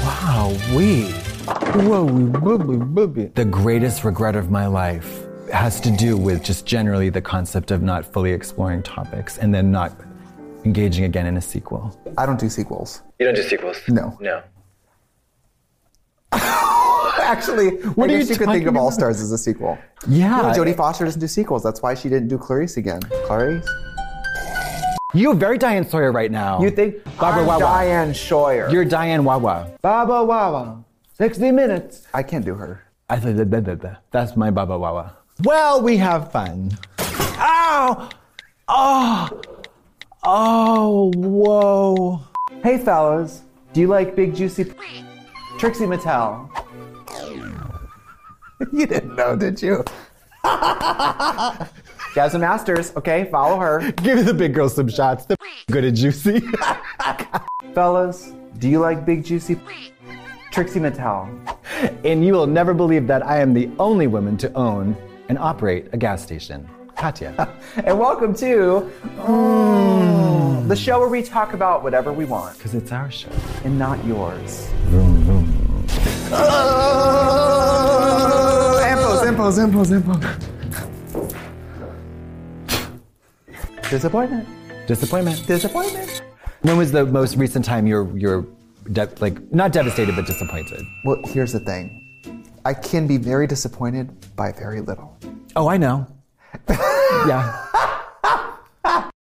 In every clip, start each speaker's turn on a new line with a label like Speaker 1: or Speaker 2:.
Speaker 1: Wow, we. The greatest regret of my life has to do with just generally the concept of not fully exploring topics and then not engaging again in a sequel.
Speaker 2: I don't do sequels.
Speaker 3: You don't do sequels.
Speaker 2: No.
Speaker 3: No.
Speaker 2: Actually, what I
Speaker 1: are
Speaker 2: guess
Speaker 1: you
Speaker 2: you could think
Speaker 1: talking
Speaker 2: of All
Speaker 1: about?
Speaker 2: Stars as a sequel.
Speaker 1: Yeah.
Speaker 2: No, Jodie Foster doesn't do sequels. That's why she didn't do Clarice again. Clarice?
Speaker 1: You're very Diane Sawyer right now.
Speaker 4: You think
Speaker 1: Barbara
Speaker 4: I'm
Speaker 1: Wawa.
Speaker 4: Diane Sawyer?
Speaker 1: You're Diane Wawa.
Speaker 4: Baba Wawa. 60 minutes.
Speaker 2: I can't do her.
Speaker 1: I said, "Da, da, da, da." that's my Baba Wawa. Well, we have fun. Ow! Oh! Oh, whoa.
Speaker 4: Hey, fellas. Do you like big, juicy p- Trixie Mattel?
Speaker 2: you didn't know, did you?
Speaker 4: Jasmine Masters, okay? Follow her.
Speaker 1: Give the big girl some shots. The good and juicy.
Speaker 4: fellas, do you like big, juicy p- Trixie Mattel?
Speaker 1: and you will never believe that I am the only woman to own and operate a gas station. Katya.
Speaker 4: And welcome to mm, the show where we talk about whatever we want
Speaker 1: Because it's our show.
Speaker 4: and not yours.
Speaker 1: Oh,
Speaker 2: Impos, impos, impos, impos.
Speaker 4: Disappointment.
Speaker 1: Disappointment.
Speaker 4: Disappointment.
Speaker 1: When was the most recent time you're, you're de- like, not devastated, but disappointed?
Speaker 2: Well, here's the thing I can be very disappointed by very little.
Speaker 1: Oh, I know. yeah.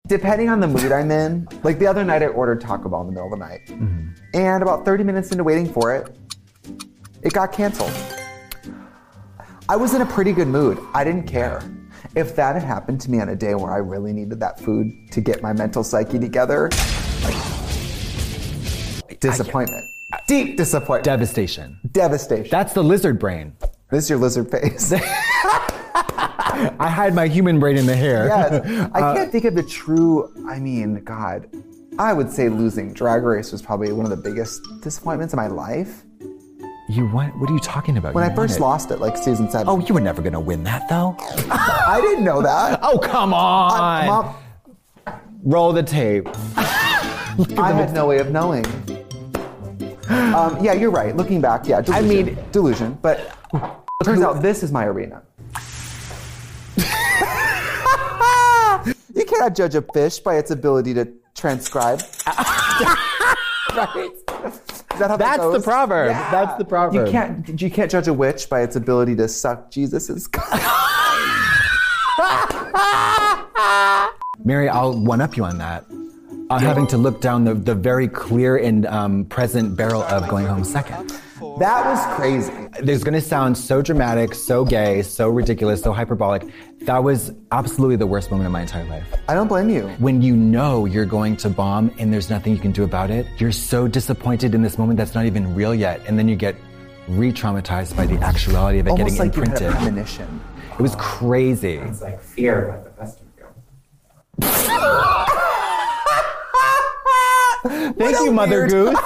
Speaker 2: Depending on the mood I'm in, like the other night, I ordered Taco Bell in the middle of the night. And about 30 minutes into waiting for it, it got canceled. I was in a pretty good mood. I didn't care. If that had happened to me on a day where I really needed that food to get my mental psyche together, disappointment. Deep disappointment.
Speaker 1: Devastation.
Speaker 2: Devastation.
Speaker 1: That's the lizard brain.
Speaker 2: this is your lizard face.
Speaker 1: I hide my human brain in the hair.
Speaker 2: yes.
Speaker 1: Uh,
Speaker 2: I can't think of the true, I mean, God, I would say losing Drag Race was probably one of the biggest disappointments of my life.
Speaker 1: You what? What are you talking about?
Speaker 2: When
Speaker 1: You
Speaker 2: I first
Speaker 1: won it.
Speaker 2: lost it, like season seven,
Speaker 1: Oh, you were never gonna win that though.
Speaker 2: I didn't know that.
Speaker 1: Oh come on!
Speaker 2: Mom,
Speaker 1: Roll the tape.
Speaker 2: I had no way of knowing. Um, yeah, you're right. Looking back, yeah, delusion.
Speaker 4: mean-
Speaker 2: delusion. But it turns out this is my arena. you cannot judge a fish by its ability to transcribe. right? Is that how that
Speaker 1: That's the
Speaker 2: goes?
Speaker 1: proverb.
Speaker 2: Yeah.
Speaker 1: That's the proverb.
Speaker 2: You can't you can't judge a witch by its ability to suck Jesus's cock.
Speaker 1: Mary, I'll one up you on that. I'm having to look down the, the very clear and um, present barrel of going home second.
Speaker 2: That was crazy.
Speaker 1: There's gonna sound so dramatic, so gay, so ridiculous, so hyperbolic. That was absolutely the worst moment of my entire life.
Speaker 2: I don't blame you.
Speaker 1: When you know you're going to bomb and there's nothing you can do about it, you're so disappointed in this moment that's not even real yet. And then you get re traumatized by the actuality of it
Speaker 2: Almost
Speaker 1: getting
Speaker 2: like you
Speaker 1: imprinted.
Speaker 2: had a premonition.
Speaker 1: It was crazy.
Speaker 5: like fear about the festival.
Speaker 1: Thank
Speaker 2: a
Speaker 1: you, Mother
Speaker 2: weird-
Speaker 1: Goose.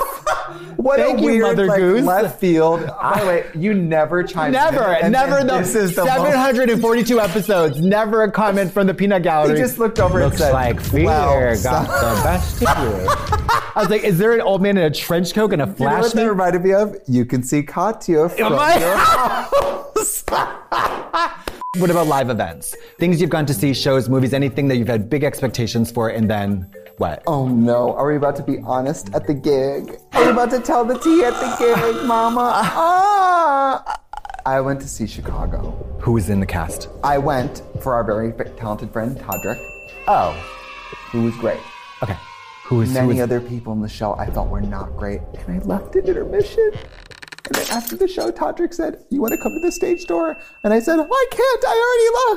Speaker 2: What
Speaker 1: Thank
Speaker 2: a
Speaker 1: you,
Speaker 2: weird,
Speaker 1: Mother
Speaker 2: like,
Speaker 1: Goose.
Speaker 2: Left field. By the way, you never chimed in.
Speaker 1: Never,
Speaker 2: And
Speaker 1: never.
Speaker 2: then
Speaker 1: The,
Speaker 2: This is the moment.
Speaker 1: 742 episodes. Never a comment from the peanut gallery.
Speaker 2: He just looked over and
Speaker 1: Looks
Speaker 2: said,
Speaker 1: like fear
Speaker 2: "Well,
Speaker 1: got the best of you. I was like, is there an old man in a trench coat and a
Speaker 2: You know
Speaker 1: flash?
Speaker 2: what that reminded me of? You can see Katya from
Speaker 1: I-
Speaker 2: your house.
Speaker 1: What about live events? Things you've gone to see, shows, movies, anything that you've had big expectations for, and then what?
Speaker 2: oh no, are we about to be honest at the gig? Are we about to tell the tea at the gig, mama? Ah! I went to see Chicago.
Speaker 1: Who was in the cast?
Speaker 2: I went for our very talented friend, Todrick,
Speaker 1: Oh,
Speaker 2: who was great.
Speaker 1: okay. Who was? who
Speaker 2: Many
Speaker 1: was
Speaker 2: other people in the show I felt were not great, and I left at intermission. And then after the show, Todrick said, You want to come to the stage door? And I said, I can't, I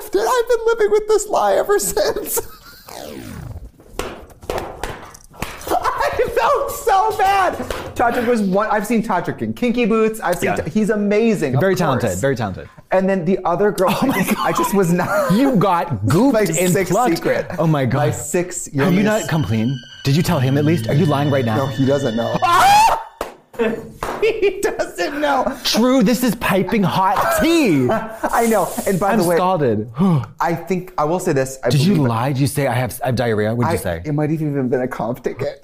Speaker 2: already left, and I've been living with this lie ever since. I felt so bad. Todrick was one, I've seen Todrick in Kinky Boots, I've seen,
Speaker 1: Yeah.
Speaker 2: he's amazing. of
Speaker 1: very
Speaker 2: course.
Speaker 1: talented. Very talented.
Speaker 2: And then the other girl, I, just, I just was not.
Speaker 1: You got
Speaker 2: My
Speaker 1: gooped and
Speaker 2: sixth
Speaker 1: plucked.
Speaker 2: secret.
Speaker 1: Oh my god.
Speaker 2: My six.
Speaker 1: Have you not come clean? Did you tell him at least? Are you lying right now?
Speaker 2: No, he doesn't know. he doesn't know.
Speaker 1: True, this is piping hot tea.
Speaker 2: I know. And by
Speaker 1: I'm
Speaker 2: the way,
Speaker 1: scalded.
Speaker 2: I think I will say this. I
Speaker 1: Did you
Speaker 2: believe it-
Speaker 1: lie? Did you say I have I have diarrhea? What did
Speaker 2: I,
Speaker 1: you say?
Speaker 2: It might have even been a comp ticket.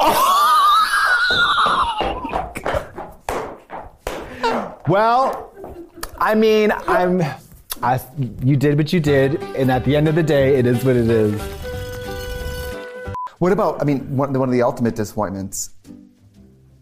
Speaker 1: Well, I mean, I'm. I, you did what you did, and at the end of the day, it is what it is.
Speaker 2: What about, I mean, one, one of the ultimate disappointments?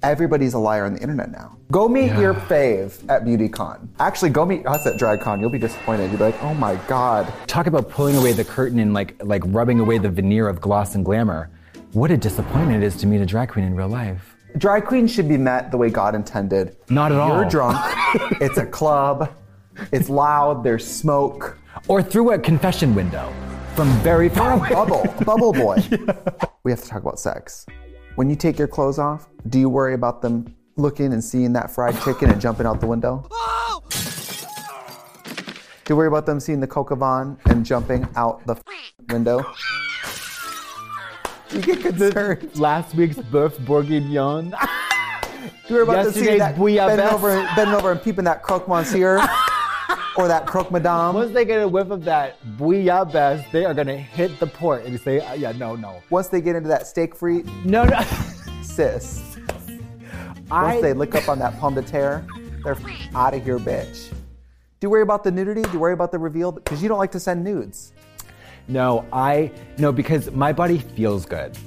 Speaker 2: Everybody's a liar on the internet now. Go meet
Speaker 1: Yeah.
Speaker 2: your fave at BeautyCon. Actually, go meet us at DragCon. You'll be disappointed. You'll be like, oh my God.
Speaker 1: Talk about pulling away the curtain and like like rubbing away the veneer of gloss and glamour. What a disappointment it is to meet a drag queen in real life.
Speaker 2: Drag queens should be met the way God intended.
Speaker 1: Not at all.
Speaker 2: You're drunk. it's a club. It's loud. There's smoke.
Speaker 1: Or through a confession window from very far away.
Speaker 2: Bubble. Bubble boy. We have to talk about sex. When you take your clothes off, do you worry about them looking and seeing that fried chicken and jumping out the window? Do you worry about them seeing the coca van and jumping out the window? You get concerned.
Speaker 1: Last week's boeuf bourguignon.
Speaker 2: You were about to see
Speaker 1: Yesterday's
Speaker 2: that
Speaker 1: bouillabaisse.
Speaker 2: bending over, bending over and peeping that croque monsieur or that croque madame.
Speaker 1: Once they get a whiff of that bouillabaisse, they are gonna hit the port and say, uh, "Yeah, no, no,
Speaker 2: Once they get into that steak free,
Speaker 1: no, no."
Speaker 2: sis. Once
Speaker 1: I-
Speaker 2: they look up on that pomme de terre, they're out of here, bitch. Do you worry about the nudity? Do you worry about the reveal? Because you don't like to send nudes.
Speaker 1: No, I no because my body feels good.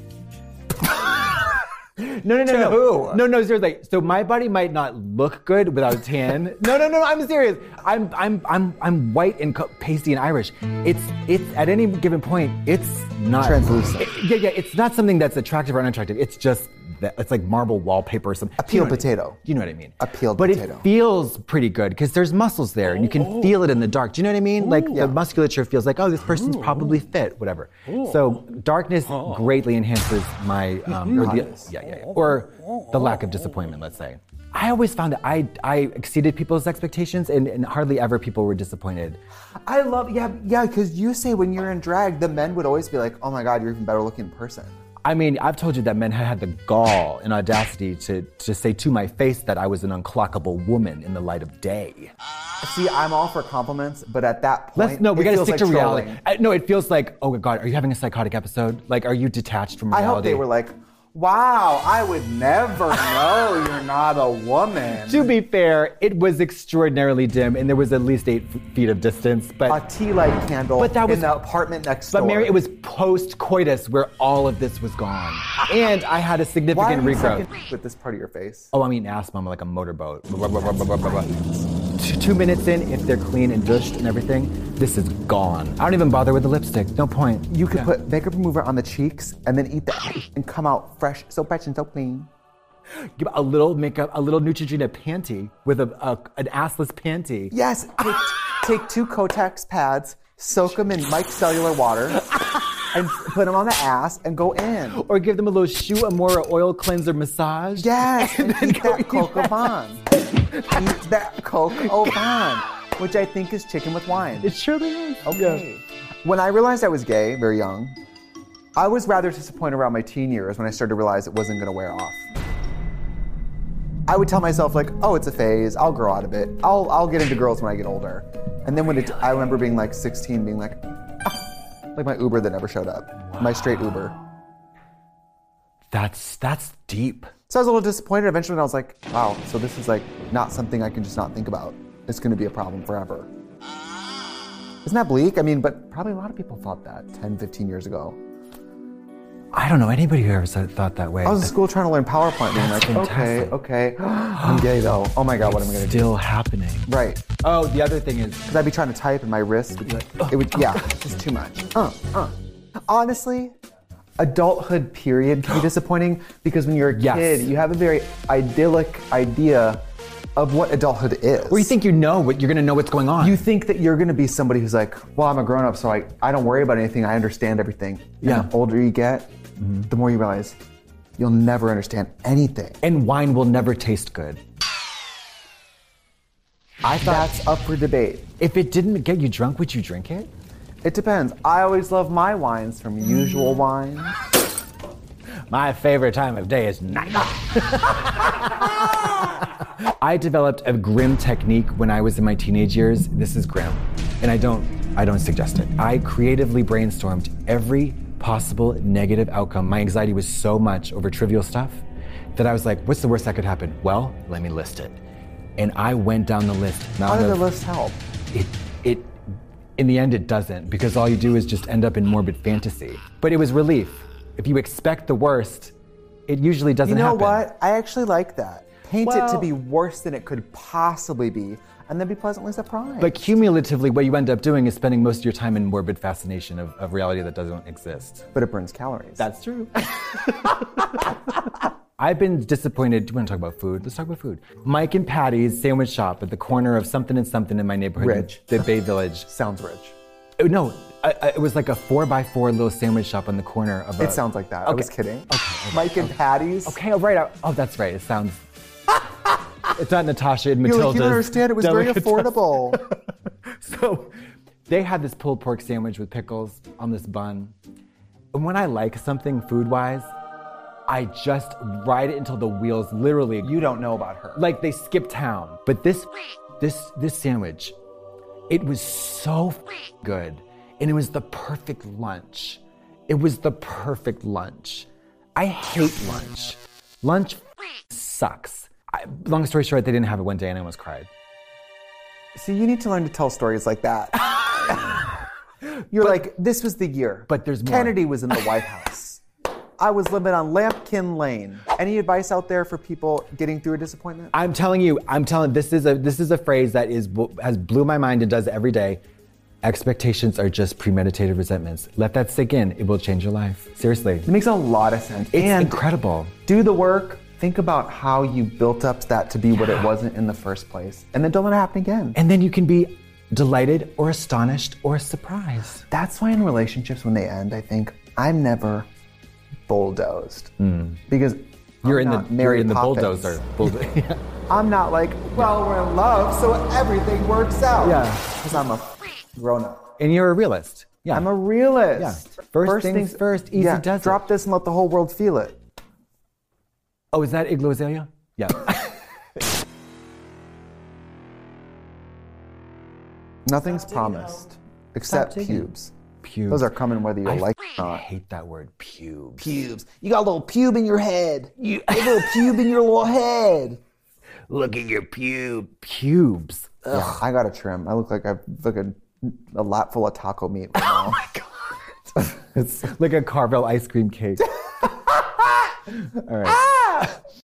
Speaker 1: no, no, no, no.
Speaker 2: who?
Speaker 1: No, no, seriously. So my body might not look good without a tan. no, no, no, I'm serious. I'm I'm I'm I'm white and co- pasty and Irish. It's it's at any given point, it's not
Speaker 2: Translucent.
Speaker 1: It- yeah, yeah, it's not something that's attractive or unattractive. It's just that it's like marble wallpaper or something. A
Speaker 2: peeled potato.
Speaker 1: you know what I mean?
Speaker 2: A peeled
Speaker 1: but
Speaker 2: potato.
Speaker 1: it feels pretty good because there's muscles there and you can feel it in the dark. Do you know what I mean? like the musculature feels like, oh, this person's probably fit, whatever. So darkness greatly enhances my, um, or the, yeah, yeah, yeah. or the lack of disappointment, let's say. I always found that I, I exceeded people's expectations and, and hardly ever people were disappointed.
Speaker 2: I love, yeah, yeah, because you say when you're in drag, the men would always be like, oh my God, you're even better looking in person.
Speaker 1: I mean, I've told you that men had had the gall and audacity to, to say to my face that I was an unclockable woman in the light of day.
Speaker 2: See, I'm all for compliments, but at that point,
Speaker 1: Let's no, we
Speaker 2: it
Speaker 1: gotta
Speaker 2: feels
Speaker 1: stick
Speaker 2: like
Speaker 1: to reality.
Speaker 2: trolling.
Speaker 1: I- no, it feels like, oh my god, are you having a psychotic episode? Like, are you detached from
Speaker 2: I
Speaker 1: reality?
Speaker 2: hope they were like, wow, I would never know you're not a woman.
Speaker 1: To be fair, it was extraordinarily dim, and there was at least eight f- feet of distance. But
Speaker 2: a tea light candle
Speaker 1: But that was-
Speaker 2: in the apartment next
Speaker 1: but
Speaker 2: door.
Speaker 1: Mary, it was post coitus where all of this was gone, and I had a
Speaker 2: Why
Speaker 1: significant
Speaker 2: are you
Speaker 1: regrowth.
Speaker 2: sucking with this part of your face?
Speaker 1: Oh, I mean, ass mama like a motorboat. Blah, blah, blah, blah, blah, blah, blah. Two two minutes in, if they're clean and dushed and everything, this is gone. I don't even bother with the lipstick. No point.
Speaker 2: You could put makeup remover on the cheeks and then eat that and come out fresh, so fresh and so clean.
Speaker 1: Give a little makeup, a little Neutrogena panty with a, a an assless panty.
Speaker 2: Yes, take, take two Kotex pads, soak them in Mike cellular water, and put them on the ass and go in.
Speaker 1: Or give them a little Shu Amora oil cleanser massage.
Speaker 2: Yes, and,
Speaker 1: then
Speaker 2: eat
Speaker 1: go
Speaker 2: that
Speaker 1: eat
Speaker 2: Coke
Speaker 1: that.
Speaker 2: Van. eat that Coke Van, which I think is chicken with wine.
Speaker 1: It surely is.
Speaker 2: Okay. When I realized I was gay, very young, I was rather disappointed around my teen years when I started to realize it wasn't going to wear off. I would tell myself like, "Oh, it's a phase. I'll grow out of it. I'll I'll get into girls when I get older." And then when it, I remember being like 16, being like, "Ah," like my Uber that never showed up, my straight Uber.
Speaker 1: That's that's deep.
Speaker 2: So I was a little disappointed. Eventually, when I was like, "Wow, so this is like not something I can just not think about. It's going to be a problem forever." Isn't that bleak? I mean, but probably a lot of people thought that 10, 15 years ago.
Speaker 1: I don't know anybody who ever said, thought that way.
Speaker 2: I was in school trying to learn PowerPoint, man. Like, okay,
Speaker 1: fantastic.
Speaker 2: okay, I'm gay though. Oh my god, what am I gonna do?
Speaker 1: Still happening.
Speaker 2: Right,
Speaker 1: Oh, the other thing is,
Speaker 2: because I'd be trying to type and my wrist would be like, it would, yeah, it's too much. Uh, uh. Honestly, adulthood period can be disappointing because when you're a
Speaker 1: Yes.
Speaker 2: kid, you have a very idyllic idea of what adulthood is.
Speaker 1: or you think you know what you're gonna know what's going on.
Speaker 2: you think that you're gonna be somebody who's like, well, I'm a grown up, so I, I don't worry about anything. I understand everything. And
Speaker 1: Yeah. Mm-hmm.
Speaker 2: The older you get, the more you realize you'll never understand anything.
Speaker 1: and wine will never taste good.
Speaker 2: I thought that's up for debate.
Speaker 1: If it didn't get you drunk, would you drink it?
Speaker 2: It depends. I always love my wines from usual wines.
Speaker 1: My favorite time of day is night. I developed a grim technique when I was in my teenage years. This is grim, and I don't I don't suggest it. I creatively brainstormed every possible negative outcome. My anxiety was so much over trivial stuff that I was like, what's the worst that could happen? Well, let me list it. And I went down the list.
Speaker 2: How
Speaker 1: amount
Speaker 2: did the
Speaker 1: of-
Speaker 2: list help?
Speaker 1: it it in the end it doesn't because all you do is just end up in morbid fantasy but it was relief if you expect the worst it usually doesn't
Speaker 2: You know
Speaker 1: happen
Speaker 2: what? I actually like that. Paint it to
Speaker 1: Well-
Speaker 2: be worse than it could possibly be, and then be pleasantly surprised.
Speaker 1: but cumulatively what you end up doing is spending most of your time in morbid fascination of, of reality that doesn't exist
Speaker 2: but it burns calories.
Speaker 1: that's true I've been disappointed. Do you want to talk about food? Let's talk about food. Mike and Patty's sandwich shop at the corner of something and something in my neighborhood, in
Speaker 2: Ridge.
Speaker 1: the Bay Village.
Speaker 2: sounds rich.
Speaker 1: Oh, No, I, I, it was like a four by four little sandwich shop on the corner of.
Speaker 2: It
Speaker 1: a-
Speaker 2: sounds like that. I
Speaker 1: Okay.
Speaker 2: was kidding. Mike and Patty's.
Speaker 1: Okay, oh, right. Oh, that's right. It sounds. it's not Natasha and
Speaker 2: You're
Speaker 1: Matilda.
Speaker 2: like, you don't understand. It was very affordable.
Speaker 1: So they had this pulled pork sandwich with pickles on this bun. And when I like something food wise, I just ride it until the wheels literally
Speaker 2: you don't know about her.
Speaker 1: like they skip town. But this this this sandwich, it was so good, and it was the perfect lunch. It was the perfect lunch. I hate lunch. Lunch sucks. I, long story short, they didn't have it one day, and I almost cried.
Speaker 2: See, you need to learn to tell stories like that. You're like, this was the year.
Speaker 1: but there's more.
Speaker 2: Kennedy was in the White House. I was living on Lampkin Lane. Any advice out there for people getting through a disappointment?
Speaker 1: I'm telling you, I'm telling. This is a this is a phrase that is has blew my mind and does every day. Expectations are just premeditated resentments. Let that sink in. It will change your life. Seriously,
Speaker 2: It makes a lot of sense.
Speaker 1: it's
Speaker 2: and
Speaker 1: incredible.
Speaker 2: do the work. Think about how you built up that to be what it wasn't in the first place. And then don't let it happen again.
Speaker 1: And then you can be delighted or astonished or surprised.
Speaker 2: That's why in relationships, when they end, I think I'm never bulldozed because
Speaker 1: You're
Speaker 2: I'm
Speaker 1: in
Speaker 2: not
Speaker 1: the
Speaker 2: Mary
Speaker 1: you're in the
Speaker 2: Poppins.
Speaker 1: bulldozer. Bulldo- yeah.
Speaker 2: I'm not like, well, we're in love, so everything works out.
Speaker 1: Yeah.
Speaker 2: because I'm a grown up.
Speaker 1: And you're a realist. Yeah.
Speaker 2: I'm a realist.
Speaker 1: Yeah. First things first, easy
Speaker 2: yeah,
Speaker 1: does it.
Speaker 2: Drop this and let the whole world feel it.
Speaker 1: oh, is that Iglozelia? Yeah.
Speaker 2: Nothing's promised except
Speaker 1: digging.
Speaker 2: pubes.
Speaker 1: Pubes.
Speaker 2: Those are coming whether you
Speaker 1: I
Speaker 2: like it
Speaker 1: f-
Speaker 2: or not.
Speaker 1: hate that word pubes.
Speaker 2: Pubes. You got a little pube in your head. You a little pube in your little head.
Speaker 1: Look at your pube. Pubes. Oh
Speaker 2: Yeah, I got a trim. I look like I look a, a lot full of taco meat right now.
Speaker 1: It's like a Carvel ice cream cake. All right.
Speaker 2: Ah!